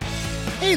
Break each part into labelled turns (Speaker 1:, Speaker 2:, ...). Speaker 1: Hey,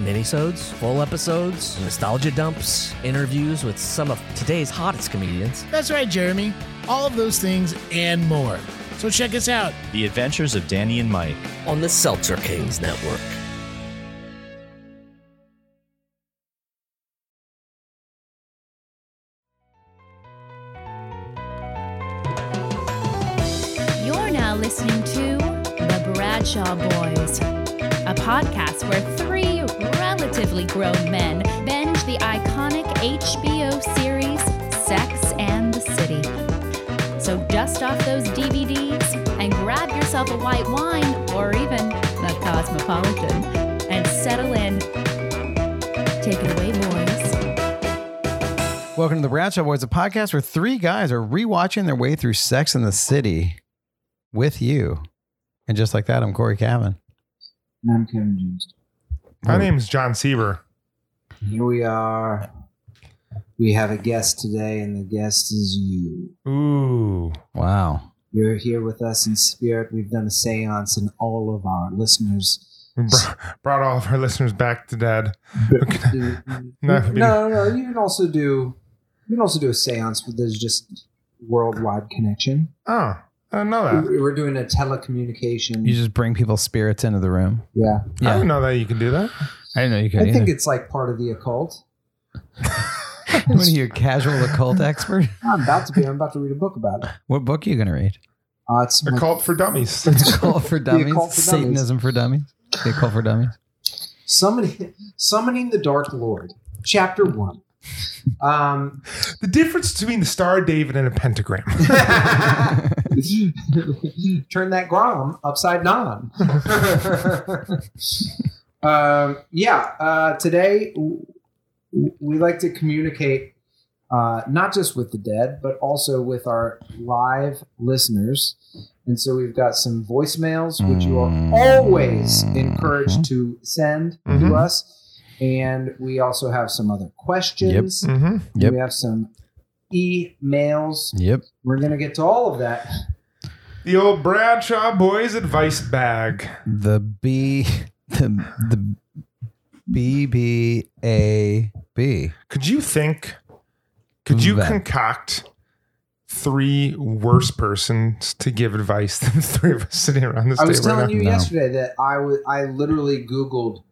Speaker 2: minisodes, full episodes, nostalgia dumps, interviews with some of today's hottest comedians.
Speaker 1: That's right, Jeremy. All of those things and more. So check us out.
Speaker 3: The Adventures of Danny and Mike.
Speaker 4: on the Seltzer Kings Network.
Speaker 5: You're now listening to The Bradshaw Boys, a podcast where three relatively grown men binge the iconic HBO series Sex and the City. So dust off those DVDs and grab yourself a white wine or even a cosmopolitan and settle in. Take it away, boys.
Speaker 6: Welcome to the Bradshaw Boys, a podcast where three guys are rewatching their way through Sex in the City with you. And just like that, I'm Corey Cavan.
Speaker 7: And I'm Kevin James.
Speaker 8: My name is John Sieber.
Speaker 7: Here we are. We have a guest today, and the guest is you.
Speaker 8: Ooh.
Speaker 6: Wow.
Speaker 7: You're here with us in spirit. We've done a seance, and all of our listeners.
Speaker 8: We br- brought all of our listeners back to dad.
Speaker 7: do-
Speaker 8: That
Speaker 7: no,
Speaker 8: would be-
Speaker 7: no, no. You can also do. You can also do a seance, but there's just worldwide connection.
Speaker 8: Oh, I didn't know that.
Speaker 7: We're we're doing a telecommunication.
Speaker 6: You just bring people's spirits into the room.
Speaker 7: yeah,
Speaker 8: I didn't know that you could do that.
Speaker 6: I didn't know you could.
Speaker 7: I think
Speaker 6: either.
Speaker 7: it's like part of the occult.
Speaker 6: What are you, a casual occult expert?
Speaker 7: I'm about to be. I'm about to read a book about it.
Speaker 6: What book are you going to read?
Speaker 7: Uh, it's
Speaker 8: A
Speaker 7: my-
Speaker 8: cult for dummies.
Speaker 6: Call for
Speaker 7: The Occult
Speaker 6: Dummies?
Speaker 7: for Dummies.
Speaker 6: Satanism for Dummies? The Occult for Dummies?
Speaker 7: summoning, summoning the Dark Lord, Chapter One. Um,
Speaker 8: the difference between the Star of David and a pentagram.
Speaker 7: Turn that grom upside down. um, yeah, uh, today w- we like to communicate uh, not just with the dead, but also with our live listeners. And so we've got some voicemails, which you
Speaker 6: Mm.
Speaker 7: are always encouraged to send
Speaker 8: Mhm.
Speaker 6: Mm-hmm.
Speaker 7: to us. And we also have some other questions.
Speaker 8: hmm
Speaker 6: Yep.
Speaker 7: We have some emails.
Speaker 6: Yep.
Speaker 7: We're going to get to all of that.
Speaker 8: The old Bradshaw boys advice bag.
Speaker 6: The B, the, the B, B, A, B.
Speaker 8: Could you think? Could you
Speaker 7: Mm,
Speaker 6: That-
Speaker 8: concoct three worse persons to give advice than the three of us sitting around this
Speaker 7: I was
Speaker 8: table right
Speaker 7: telling
Speaker 8: now?
Speaker 7: you
Speaker 6: No.
Speaker 7: yesterday that I was I literally Googled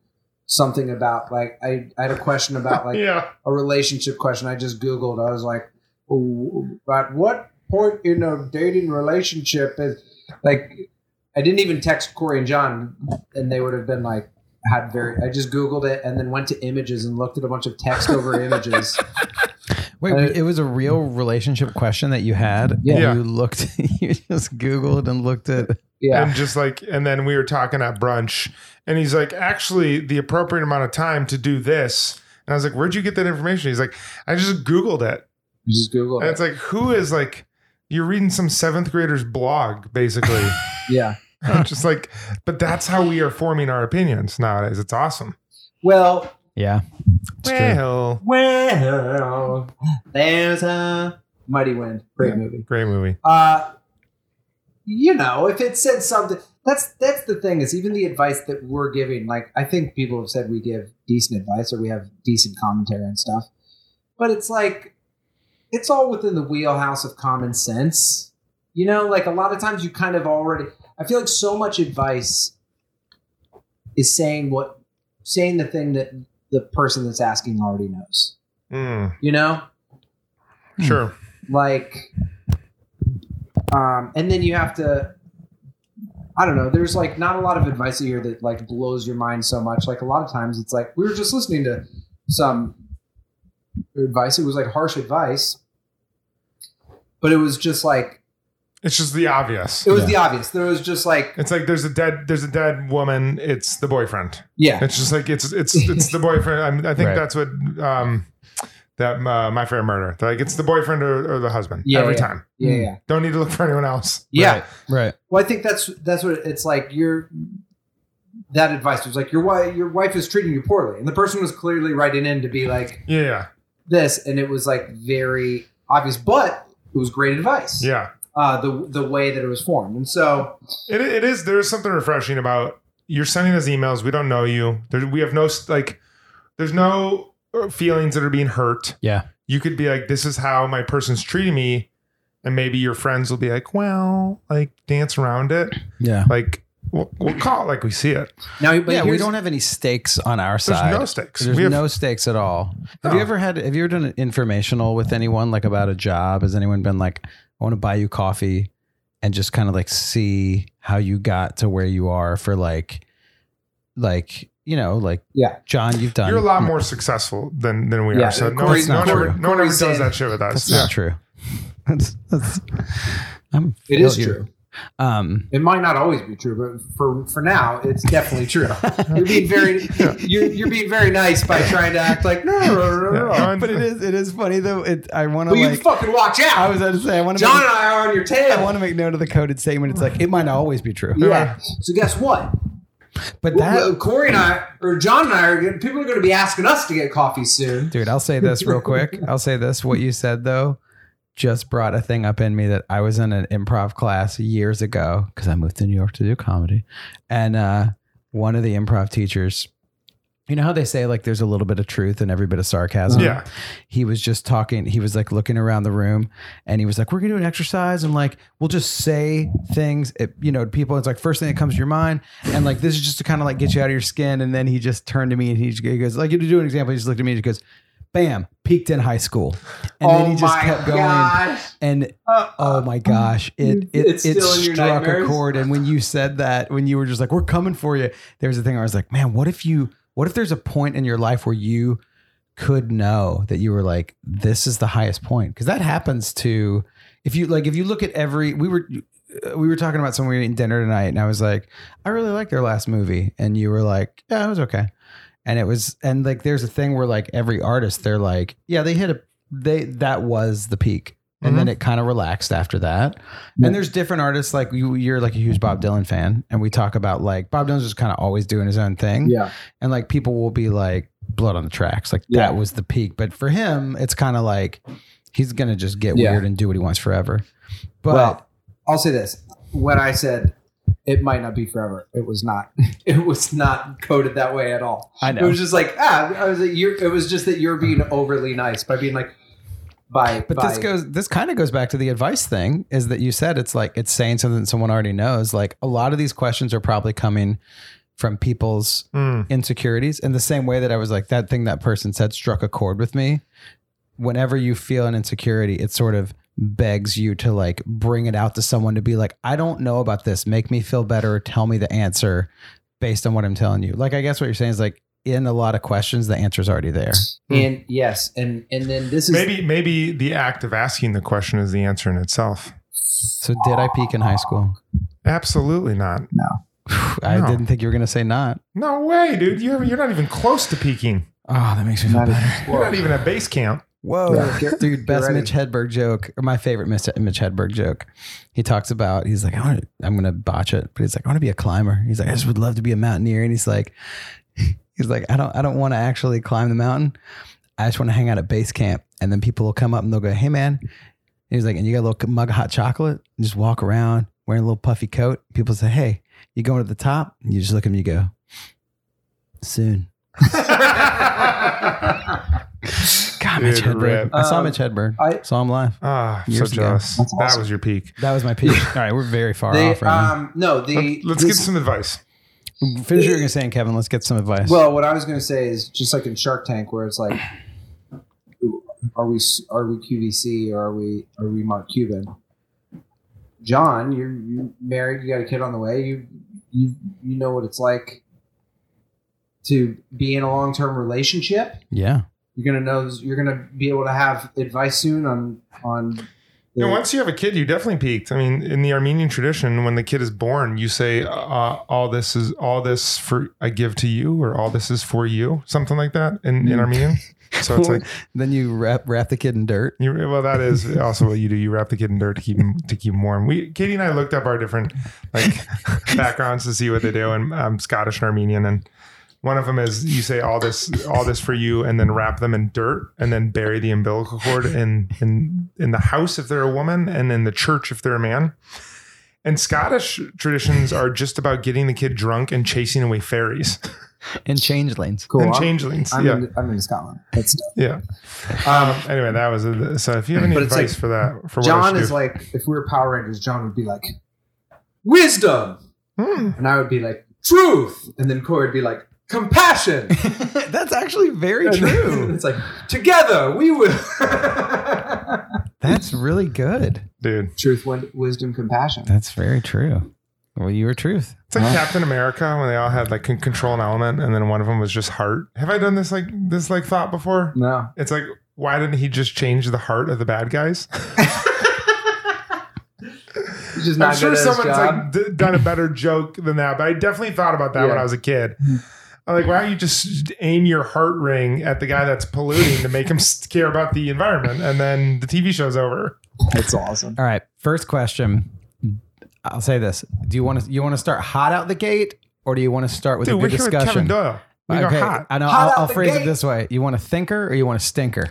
Speaker 7: something about like I, I had a question about like
Speaker 8: yeah.
Speaker 7: a relationship question. I just Googled. I was like, "Ooh, at what point in a dating relationship is like? I didn't even text Corey and John, and they would have been like had very. I just Googled it and then went to images and looked at a bunch of text over images.
Speaker 6: Wait,
Speaker 7: Uh,
Speaker 6: it was a real relationship question that you had.
Speaker 7: Yeah.
Speaker 8: Yeah.
Speaker 6: You looked, you just Googled and looked at.
Speaker 7: Yeah,
Speaker 8: And just like, and then we were talking at brunch, and he's like, actually, the appropriate amount of time to do this. And I was like, where'd you get that information? He's like, I just Googled it.
Speaker 7: just Googled.
Speaker 8: And it's
Speaker 7: It.
Speaker 8: like, who is like, you're reading some seventh grader's blog, basically.
Speaker 7: Yeah.
Speaker 8: I'm just like, but that's how we are forming our opinions nowadays. It's awesome.
Speaker 7: Well,
Speaker 6: Yeah.
Speaker 8: well,
Speaker 7: well, there's a mighty wind. Great
Speaker 8: Yeah.
Speaker 7: movie.
Speaker 8: great movie.
Speaker 7: uh you know if it said something that's that's the thing is even the advice that we're giving like i think people have said we give decent advice or we have decent commentary and stuff but it's like it's all within the wheelhouse of common sense you know like a lot of times you kind of already i feel like so much advice is saying what saying the thing that the person that's asking already knows
Speaker 8: Mm.
Speaker 7: you know
Speaker 8: Sure.
Speaker 7: like um and then you have to i don't know there's like not a lot of advice here that like blows your mind so much like a lot of times it's like we were just listening to some advice it was like harsh advice but it was just like
Speaker 8: It's just the obvious.
Speaker 7: it was the obvious there was just like
Speaker 8: It's like there's a dead there's a dead woman. It's the boyfriend.
Speaker 7: yeah
Speaker 8: It's just like it's it's it's the boyfriend. I'm, I think
Speaker 6: Right.
Speaker 8: that's what um that uh, my fair murder. They're like it's the boyfriend or, or the husband
Speaker 7: Yeah,
Speaker 8: every time.
Speaker 7: yeah yeah
Speaker 8: Don't need to look for anyone else.
Speaker 7: yeah
Speaker 6: Right.
Speaker 7: Well, I think that's that's what it's like. Your that advice was like your wife your wife is treating you poorly, and the person was clearly writing in to be like
Speaker 8: Yeah.
Speaker 7: this, and it was like very obvious, but it was great advice.
Speaker 8: Yeah.
Speaker 7: Uh, the the way that it was formed, and so
Speaker 8: It it is. There is something refreshing about you're sending us emails. We don't know you. There, we have no s- like. There's no uh, feelings that are being hurt.
Speaker 6: Yeah.
Speaker 8: You could be like, this is how my person's treating me, and maybe your friends will be like, well, like dance around it.
Speaker 6: Yeah.
Speaker 8: Like we'll, we'll call it like we see it.
Speaker 7: now, but
Speaker 6: yeah, we
Speaker 7: here's-
Speaker 6: don't have any stakes on our
Speaker 8: There's
Speaker 6: side.
Speaker 8: no stakes.
Speaker 6: There's
Speaker 8: we have
Speaker 6: no stakes at all. Have you
Speaker 8: No.
Speaker 6: ever had? Have you ever done an informational with anyone like about a job? Has anyone been like, "I want to buy you coffee," and just kind of like see how you got to where you are for like, like you know, like
Speaker 7: Yeah.
Speaker 6: John, you've done.
Speaker 8: You're a lot more successful than than we
Speaker 7: Yeah,
Speaker 8: are. So no,
Speaker 7: Corey's
Speaker 8: no,
Speaker 6: not
Speaker 8: one ever,
Speaker 6: true.
Speaker 8: no one ever
Speaker 7: Corey's
Speaker 8: does
Speaker 7: saying-
Speaker 8: that shit with us.
Speaker 6: That's
Speaker 8: Yeah.
Speaker 6: not true. That's, that's, I'm a
Speaker 7: It is
Speaker 6: failure.
Speaker 7: true.
Speaker 6: Um,
Speaker 7: It might not always be true, but for for now, it's definitely true. You're being very you're, you're being very nice by trying to act like no, no, no, no,
Speaker 8: Yeah.
Speaker 7: no.
Speaker 6: but it is it is funny though. It I want to
Speaker 7: But you
Speaker 6: like.
Speaker 7: fucking watch out.
Speaker 6: I was about to say I want to.
Speaker 7: John and I are on your tail.
Speaker 6: I want to make note of the coded statement. It's like it might not always be true,
Speaker 7: yeah. So guess what?
Speaker 6: but
Speaker 7: Well,
Speaker 6: that
Speaker 7: Corey and I, or John and I, are gonna, people are going to be asking us to get coffee soon.
Speaker 6: dude. I'll say this real quick. I'll say this. What you said though just brought a thing up in me that I was in an improv class years ago because I moved to New York to do comedy, and uh, one of the improv teachers. You know how they say like there's a little bit of truth and every bit of sarcasm.
Speaker 8: Yeah.
Speaker 6: he was just talking. He was like looking around the room and he was like, We're gonna do an exercise. And like, we'll just say things, it, you know, to people. It's like, first thing that comes to your mind. And like, this is just to kind of like get you out of your skin. And then he just turned to me and he, just- he goes, Like, to do an example, he just looked at me and he goes, Bam, peaked in high school. And
Speaker 7: oh
Speaker 6: then he just
Speaker 7: my
Speaker 6: kept going.
Speaker 7: gosh!
Speaker 6: And
Speaker 7: Uh,
Speaker 6: oh my gosh, it it,
Speaker 7: It's
Speaker 6: it
Speaker 7: still in your
Speaker 6: struck a
Speaker 7: nightmares?
Speaker 6: chord. And when you said that, when you were just like, "We're coming for you," there was a thing where I was like, "Man, what if you? What if there's a point in your life where you could know that you were like, this is the highest point?" Because that happens to if you like if you look at every we were. uh, We were talking about someone we were eating dinner tonight, and I was like, "I really like their last movie," and you were like, "Yeah, it was okay." And it was, and like, there's a thing where like every artist, they're like, "Yeah, they hit a they that was the peak and
Speaker 7: Mm-hmm.
Speaker 6: then it kind of relaxed after that and there's different artists like you you're like a huge bob dylan fan and we talk about like bob dylan's just kind of always doing his own thing
Speaker 7: Yeah.
Speaker 6: and like people will be like blood on the tracks like
Speaker 7: Yeah.
Speaker 6: that was the peak but for him it's kind of like he's gonna just get
Speaker 7: Yeah.
Speaker 6: weird and do what he wants forever but
Speaker 7: well, I'll say this: when I said it might not be forever, it was not. It was not coded that way at all.
Speaker 6: i
Speaker 7: It
Speaker 6: know
Speaker 7: was just like ah, I was. Like, you're, it was just that you're being overly nice by being like, by.
Speaker 6: but
Speaker 7: by,
Speaker 6: this goes this kind of goes back to the advice thing is that you said it's like it's saying something that someone already knows like a lot of these questions are probably coming from people's
Speaker 8: Mm.
Speaker 6: insecurities in the same way that I was like that thing that person said struck a chord with me. Whenever you feel an insecurity, it sort of begs you to like bring it out to someone to be like, I don't know about this. Make me feel better. Tell me the answer based on what I'm telling you. Like I guess what you're saying is like in a lot of questions, the answer's already there.
Speaker 7: Hmm. and yes, and and then this is
Speaker 8: Maybe maybe the act of asking the question is the answer in itself.
Speaker 6: So did I peak in high school?
Speaker 8: Absolutely not.
Speaker 6: I
Speaker 8: No.
Speaker 6: didn't think you were gonna say not.
Speaker 8: No way, dude. You haven't, you're not even close to peaking.
Speaker 6: Oh, that makes me feel better.
Speaker 8: You're not even at base camp.
Speaker 6: Whoa,
Speaker 7: Yeah, get-
Speaker 6: dude! Best
Speaker 7: ready.
Speaker 6: Mitch Hedberg joke, or my favorite Mis- Mitch Hedberg joke. He talks about he's like, I want to, I'm gonna botch it, but he's like, I want to be a climber. He's like, I just would love to be a mountaineer, and he's like, he's like, I don't, I don't want to actually climb the mountain. I just want to hang out at base camp, and then people will come up and they'll go, Hey, man. And he's like, and you got a little mug of hot chocolate, and just walk around wearing a little puffy coat. People say, Hey, you going to the top? And you just look at him, you go, soon. God, Mitch
Speaker 8: Dude,
Speaker 6: Hedberg.
Speaker 8: rip.
Speaker 6: I saw
Speaker 7: Um,
Speaker 6: Mitch Hedberg.
Speaker 7: I-
Speaker 6: saw him live.
Speaker 8: Ah, I'm
Speaker 6: uh,
Speaker 8: so
Speaker 6: Years ago.
Speaker 8: jealous.
Speaker 7: That's
Speaker 8: That
Speaker 7: awesome.
Speaker 8: was your peak.
Speaker 6: That was my peak. All right, we're very far off
Speaker 7: the
Speaker 6: right
Speaker 7: um no the
Speaker 8: Let's, let's
Speaker 7: this-
Speaker 8: get some advice.
Speaker 6: now. Finish what you're gonna say, Kevin. Let's get some advice.
Speaker 7: Well, what I was going to say is just like in Shark Tank, where it's like are we are we QVC or are we are we Mark Cuban? John, you're you married, you got a kid on the way, you you you know what it's like to be in a long term relationship.
Speaker 6: Yeah.
Speaker 7: You're gonna know you're gonna be able to have advice soon on on the-
Speaker 8: And once you have a kid, you definitely peaked. I mean, in the Armenian tradition, when the kid is born, you say, uh, "All this is all this for I give to you," or "All this is for you," something like that in, in Armenian. So it's like
Speaker 6: then you wrap wrap the kid in dirt.
Speaker 8: you, well, that is also what you do. You wrap the kid in dirt to keep him to keep him warm. We Katie and I looked up our different like backgrounds to see what they do, and um, Scottish and Armenian, and one of them is you say all this all this for you, and then wrap them in dirt, and then bury the umbilical cord in in in the house if they're a woman, and in the church if they're a man. And Scottish traditions are just about getting the kid drunk and chasing away fairies
Speaker 6: And change lanes.
Speaker 7: cool.
Speaker 8: and
Speaker 7: I'm-
Speaker 8: changelings.
Speaker 7: I'm,
Speaker 8: yeah,
Speaker 7: in, I'm in Scotland. That's
Speaker 8: yeah. Um, anyway, that was a, so. If you have any
Speaker 7: But it's
Speaker 8: advice
Speaker 7: like,
Speaker 8: for that, for what I
Speaker 7: John
Speaker 8: should
Speaker 7: is
Speaker 8: do-
Speaker 7: like if we were Power Rangers, John would be like wisdom,
Speaker 8: Hmm.
Speaker 7: and I would be like truth, and then Corey would be like compassion.
Speaker 6: That's actually very
Speaker 7: And then
Speaker 6: true.
Speaker 7: it's like together we will.
Speaker 6: That's really good.
Speaker 8: dude.
Speaker 7: truth, win- wisdom, compassion.
Speaker 6: That's very true. Well, you were truth.
Speaker 8: It's like
Speaker 6: Huh?
Speaker 8: Captain America when they all had like con- control an element, and then one of them was just heart. Have I done this like this like thought before?
Speaker 7: No,
Speaker 8: It's like why didn't he just change the heart of the bad guys?
Speaker 7: he's just not
Speaker 8: I'm sure
Speaker 7: good at his
Speaker 8: someone's
Speaker 7: job.
Speaker 8: like d- done a better joke than that, but I definitely thought about that when
Speaker 7: Yeah. Hmm.
Speaker 8: I was a kid. I'm like, why don't you just aim your heart ring at the guy that's polluting to make him s- care about the environment, and then the TV show's over.
Speaker 7: That's awesome.
Speaker 6: All right. First question. I'll say this. Do you want to you want to start hot out the gate or do you want to start with
Speaker 8: Dude,
Speaker 6: a
Speaker 8: we're
Speaker 6: good
Speaker 8: here with Kevin
Speaker 6: discussion?
Speaker 8: Doyle. We go
Speaker 6: okay.
Speaker 8: hot.
Speaker 6: I know.
Speaker 7: Hot
Speaker 6: I'll,
Speaker 7: out
Speaker 6: I'll
Speaker 7: the
Speaker 6: phrase it
Speaker 7: gate.
Speaker 6: this way. You want a thinker or you want a stinker?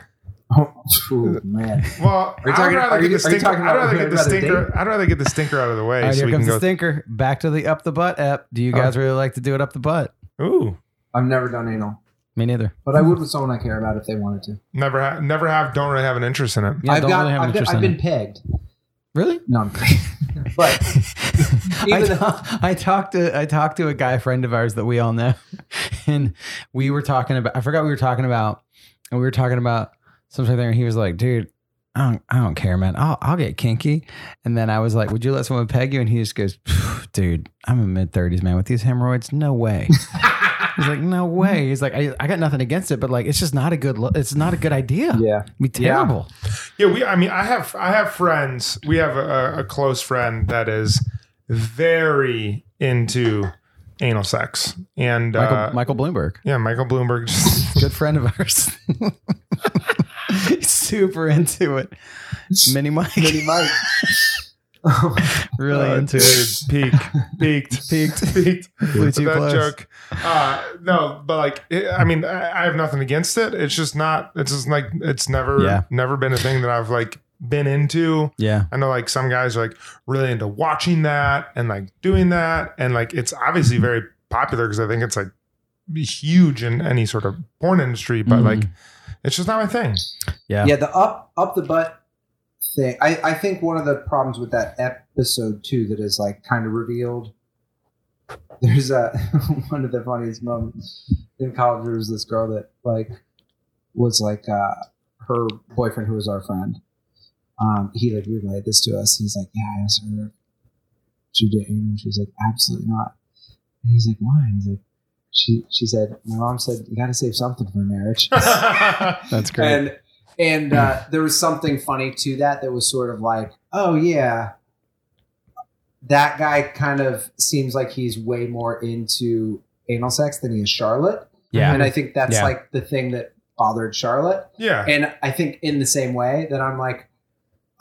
Speaker 7: Oh, Ooh, man.
Speaker 8: Well,
Speaker 7: you
Speaker 8: I'd
Speaker 7: talking-
Speaker 8: rather
Speaker 7: are you-
Speaker 8: get the
Speaker 7: are you
Speaker 8: stinker.
Speaker 7: talking
Speaker 8: I'd
Speaker 7: about
Speaker 8: rather
Speaker 7: who
Speaker 8: get
Speaker 7: I'd
Speaker 8: the
Speaker 7: rather
Speaker 8: stinker.
Speaker 7: date? Oh,
Speaker 8: I'd rather get the stinker out of the way.
Speaker 6: All right,
Speaker 8: so
Speaker 6: here
Speaker 8: we can
Speaker 6: comes the
Speaker 8: go.
Speaker 6: stinker. Back to the up the butt app. Do you guys really like to do it up the butt?
Speaker 8: Ooh.
Speaker 7: I've never done anal,
Speaker 6: Me neither.
Speaker 7: but I would with someone I care about if they wanted to.
Speaker 8: Never have, never have, don't really have an interest in it.
Speaker 6: Yeah,
Speaker 7: I've
Speaker 6: don't
Speaker 7: got.
Speaker 6: really have an
Speaker 7: I've, been,
Speaker 6: interest
Speaker 7: I've
Speaker 6: in
Speaker 7: been
Speaker 6: it.
Speaker 7: pegged.
Speaker 6: Really?
Speaker 7: No, I'm kidding. but
Speaker 6: I,
Speaker 7: Even
Speaker 6: ta- I talked to I talked to a guy friend of ours that we all know, and we were talking about I forgot we were talking about, and we were talking about something there, and he was like, "Dude, I don't I don't care, man. I'll I'll get kinky." And then I was like, "Would you let someone peg you?" And he just goes, "Phew, "Dude, I'm in mid thirties, man. With these hemorrhoids, no way." He's like, "No way." He's like, I, "I got nothing against it, but like, it's just not a good. Lo- it's not a good idea.
Speaker 7: yeah,
Speaker 6: It'd be
Speaker 7: Yeah.
Speaker 6: terrible."
Speaker 8: Yeah, we. I mean, I have I have friends. We have a, a close friend that is very into anal sex, and uh,
Speaker 6: Michael, Michael Bloomberg.
Speaker 8: yeah, Michael Bloomberg. Just,
Speaker 6: good friend of ours. Super into it. Mini Mike
Speaker 7: Mini Oh Mike.
Speaker 6: really into it.
Speaker 8: dude, peaked, peaked,
Speaker 6: Peaked.
Speaker 8: peaked.
Speaker 6: Flew too
Speaker 8: But that
Speaker 6: close.
Speaker 8: joke. Uh, no, but like, it, I mean, I, I have nothing against it. It's just not. It's just like it's never,
Speaker 6: Yeah.
Speaker 8: never been a thing that I've like been into.
Speaker 6: Yeah.
Speaker 8: I know like some guys are like really into watching that and like doing that. And like it's obviously very popular because I think it's like huge in any sort of porn industry, but
Speaker 6: Mhm.
Speaker 8: like it's just not my thing.
Speaker 6: Yeah.
Speaker 7: yeah the up up the butt thing I, I think one of the problems with that episode too that is like kind of revealed there's a one of the funniest moments in college there was this girl that like was like uh her boyfriend who was our friend um he like relayed this to us he's like yeah i asked her she did anal and she's like absolutely not and he's like why and he's like she she said my mom said you gotta save something for marriage
Speaker 6: That's great.
Speaker 7: and and uh, there was something funny to that that was sort of like, oh yeah, that guy kind of seems like he's way more into anal sex than he is Charlotte,
Speaker 6: yeah.
Speaker 7: and I think that's
Speaker 6: Yeah.
Speaker 7: like the thing that bothered Charlotte.
Speaker 8: yeah.
Speaker 7: And I think in the same way that I'm like,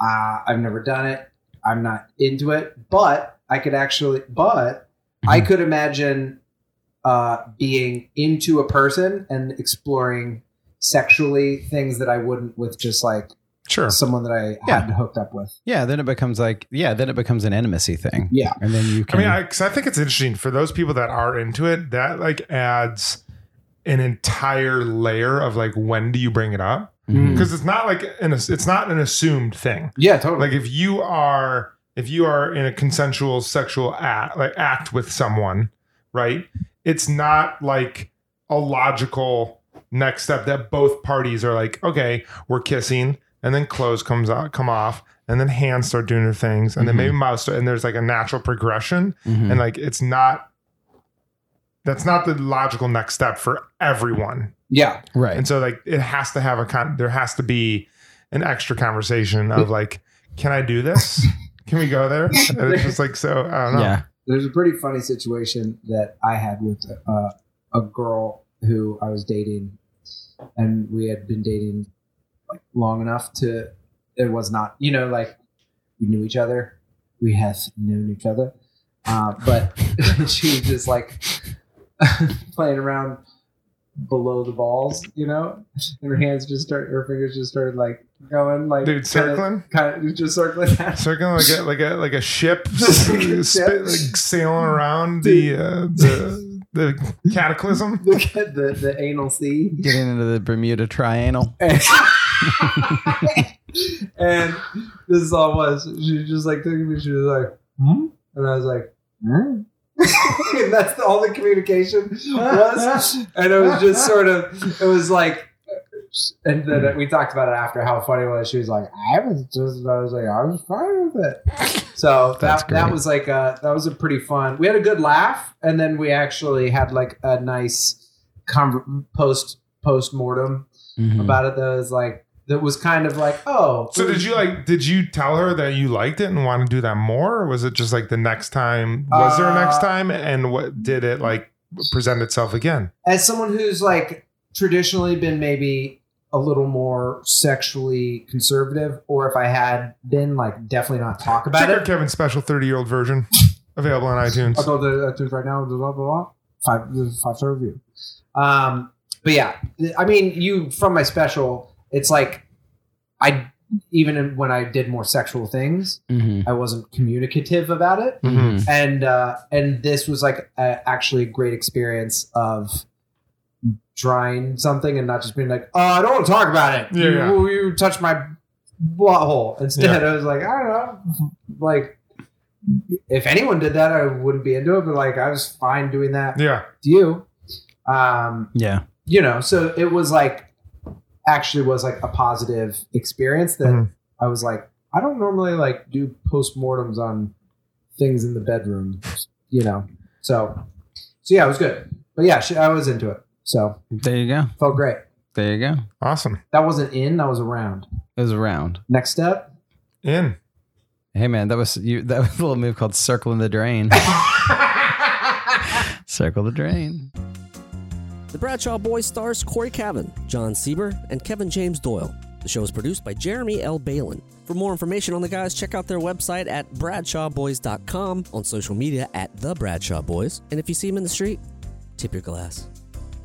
Speaker 7: ah, I've never done it. I'm not into it, but I could actually, but I could imagine uh, being into a person and exploring sexually things that I wouldn't with just like
Speaker 8: Sure.
Speaker 7: someone that I
Speaker 6: Yeah.
Speaker 7: had hooked up with.
Speaker 6: Yeah. Then it becomes like, yeah, then it becomes an intimacy thing.
Speaker 7: Yeah.
Speaker 6: And then you
Speaker 8: I
Speaker 6: can.
Speaker 8: mean, I, cause I think it's interesting for those people that are into it, that like adds an entire layer of like, when do you bring it up?
Speaker 6: Mhm.
Speaker 8: Cause it's not like an, it's not an assumed thing.
Speaker 7: Yeah, totally.
Speaker 8: like if you are if you are in a consensual sexual act like act with someone right it's not like a logical next step that both parties are like, okay, we're kissing, and then clothes comes out, come off, and then hands start doing their things, and then
Speaker 6: Mhm.
Speaker 8: maybe mouths, start, and there's like a natural progression,
Speaker 6: Mhm.
Speaker 8: and like it's not. That's not the logical next step for everyone.
Speaker 7: Yeah.
Speaker 6: right.
Speaker 8: And so like it has to have a con there has to be an extra conversation of like, can I do this? Can we go there? And it's just like so I don't know.
Speaker 6: yeah.
Speaker 7: There's a pretty funny situation that I had with uh, a girl who I was dating, and we had been dating like long enough to. It was not, you know, like we knew each other. We have known each other, uh, but she was just like playing around below the balls, you know, and her hands just start, her fingers just started like going, like
Speaker 8: Dude, circling?
Speaker 7: kind of just circling.
Speaker 8: Circling like a like a like a ship
Speaker 7: Just like a
Speaker 8: sp-
Speaker 7: ship.
Speaker 8: like sailing around the uh, the the cataclysm.
Speaker 7: Look at the the anal sea.
Speaker 6: Getting into the Bermuda Triangle.
Speaker 7: and this is all it was. She was just like took me. She was like, hmm? and I was like, hmm? and that's the, all the communication was. And it was just sort of, it was like, and then we talked about it after how funny it was. She was like, I was just, I was like, I was fine with it. So
Speaker 6: That's
Speaker 7: that that
Speaker 6: great.
Speaker 7: was like a that was a pretty fun. We had a good laugh, and then we actually had like a nice conver- post post mortem
Speaker 6: Hmm.
Speaker 7: about it that was like that was kind of like oh
Speaker 8: So did you like did you tell her that you liked it and want to do that more? Or was it just like the next time was there a next
Speaker 7: Uh,
Speaker 8: time and what did it like present itself again?
Speaker 7: as someone who's like traditionally been maybe a little more sexually conservative or if i had been like definitely not talk about
Speaker 8: Check out
Speaker 7: it
Speaker 8: Kevin's special 30 year old version available on iTunes.
Speaker 7: although the iTunes uh, right now blah, blah, blah, five five star review um but yeah i mean you from my special it's like i even when i did more sexual things
Speaker 6: Mm-hmm.
Speaker 7: i wasn't communicative about it
Speaker 8: Mhm.
Speaker 7: and uh, and this was like a, actually a great experience of trying something and not just being like, oh, I don't want to talk about it.
Speaker 8: Yeah,
Speaker 7: you,
Speaker 8: yeah.
Speaker 7: you touched my butthole. Instead, I was like, I don't know, like. If anyone did that, I wouldn't be into it. But like, I was fine doing that
Speaker 8: Yeah.
Speaker 7: to you. Um,
Speaker 6: Yeah.
Speaker 7: you know, so it was like actually was like a positive experience that
Speaker 8: Mhm.
Speaker 7: I was like, I don't normally like do postmortems on things in the bedroom, you know. So, so yeah, it was good. But yeah, she, I was into it, so
Speaker 6: There you go.
Speaker 7: felt great.
Speaker 6: There you go.
Speaker 8: Awesome.
Speaker 7: That wasn't in; that was around.
Speaker 6: It was a round.
Speaker 7: Next step.
Speaker 8: In.
Speaker 6: Hey man, that was you. That was a little move called circling the drain. Circle the drain.
Speaker 4: The Bradshaw Boys stars Corey Cavan, John Sieber, and Kevin James Doyle. The show is produced by Jeremy L. Balin. For more information on the guys, check out their website at bradshawboys.com, on social media at The Bradshaw Boys, and if you see them in the street, tip your glass.